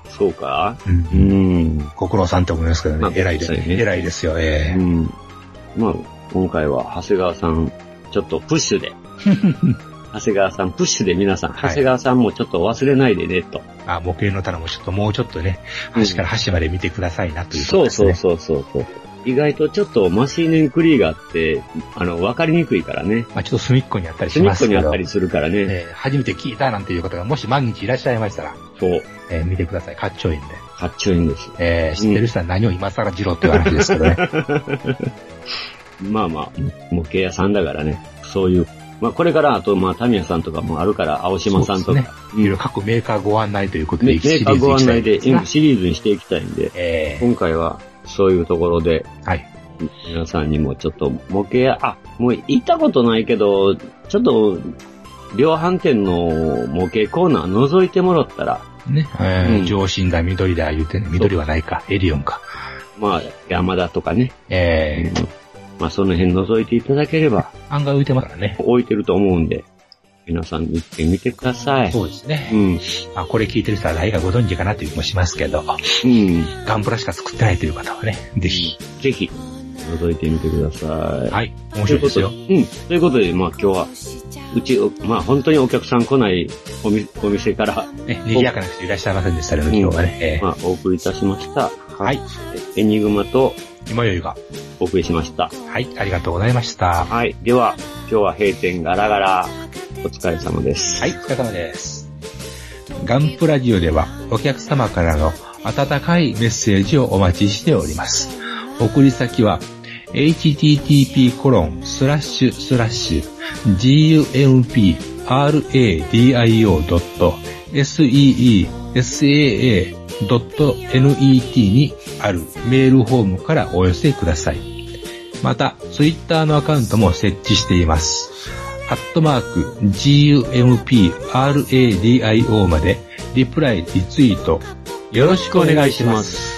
Speaker 4: そうか
Speaker 3: うん
Speaker 4: う。ん。
Speaker 3: ご苦労さんって思いますけど
Speaker 4: まあ
Speaker 3: ね。偉いです
Speaker 4: そう
Speaker 3: ね
Speaker 4: です。ね
Speaker 3: 偉いですよ、
Speaker 4: う
Speaker 3: ええ。
Speaker 4: ん。まあ、今回は長谷川さん、ちょっとプッ シュで。長谷川さん、プッシュで皆さん、
Speaker 3: は
Speaker 4: 長
Speaker 3: い
Speaker 4: 谷川さんもちょっと忘れないでね、と。
Speaker 3: まあ、模型の棚もちょっともうちょっとね、
Speaker 4: うん
Speaker 3: 端から端まで見てくださいなというとこ
Speaker 4: そ
Speaker 3: ろ
Speaker 4: う
Speaker 3: です
Speaker 4: そう
Speaker 3: ね。
Speaker 4: そうそうそう。意外とちょっとマシーネンクリーガーって、あの、わかりにくいからね。
Speaker 3: まあ、ちょっと隅っこにあったりし
Speaker 4: 隅
Speaker 3: ま
Speaker 4: っこ
Speaker 3: す
Speaker 4: に
Speaker 3: け
Speaker 4: あっ
Speaker 3: ど
Speaker 4: た。りするからね。
Speaker 3: ええ初めて聞いたなんていう方が、もし万日いらっしゃいましたら、
Speaker 4: そう。
Speaker 3: ええ見てください。かっちょいいんで。
Speaker 4: かっちょいいんです。
Speaker 3: ええ知ってる人は何を今更じろっていう話ですけどね。
Speaker 4: まあまあ、模型屋さんだからね。そういう。まあこれから、あと、まあ、タミヤさんとかもあるから、青島さんと
Speaker 3: そう
Speaker 4: か。
Speaker 3: ですねいろいろ各メーカーご案内ということで、
Speaker 4: メメ
Speaker 3: 一シリ
Speaker 4: ーカ
Speaker 3: ー
Speaker 4: ー
Speaker 3: ズ
Speaker 4: ご
Speaker 3: 行き
Speaker 4: 案
Speaker 3: たい
Speaker 4: 内で
Speaker 3: ですが
Speaker 4: M シリーズにしていきたいんで、
Speaker 3: ええ
Speaker 4: 今回はそういうところで、
Speaker 3: はい。
Speaker 4: 皆さんにもちょっと模型屋、あ、もう行ったことないけど、ちょっと、量販店の模型コーナー覗いてもらったら、
Speaker 3: ね。ええ
Speaker 4: うん
Speaker 3: 上新だ、緑だ言うてね、緑はないか、エリオンか。
Speaker 4: まあ、山田とかね、
Speaker 3: ええ
Speaker 4: まあその辺覗いていただければ、
Speaker 3: 案外浮いてますからね。
Speaker 4: 置いてると思うんで、皆さん行ってみてください。
Speaker 3: そうですね。
Speaker 4: うん。
Speaker 3: まあ、これ聞いてる人は誰がご存知かなという気もしますけど、
Speaker 4: うん。
Speaker 3: ガンプラしか作ってないという方はね、ぜひ。
Speaker 4: ぜひ、覗いてみてください。
Speaker 3: はい。面白いですよ
Speaker 4: と。いうことでうん。ということで、まあ今日は、うち、まあ本当にお客さん来ないおみお店から、
Speaker 3: ね、賑やかな人いらっしゃいませんでしたけど、今日はね。ええ
Speaker 4: まあお送りいたしました。
Speaker 3: はい。
Speaker 4: エニグマと
Speaker 3: 今宵が。
Speaker 4: お送りしました。
Speaker 3: はい。ありがとうございました。は
Speaker 4: はい。では、今日は閉店ガラガラ。お疲れ様です。
Speaker 3: い。お疲れ様です。ガンプラジオでは、お客様からの温かいメッセージをお待ちしております。送り先は、http://gumpradio.seesaa.net にあるメールフォームからお寄せください。また、ツイッターのアカウントも設置しています。アットマーク、gumpradio まで、リプライ、リツイート、よろしくお願いします。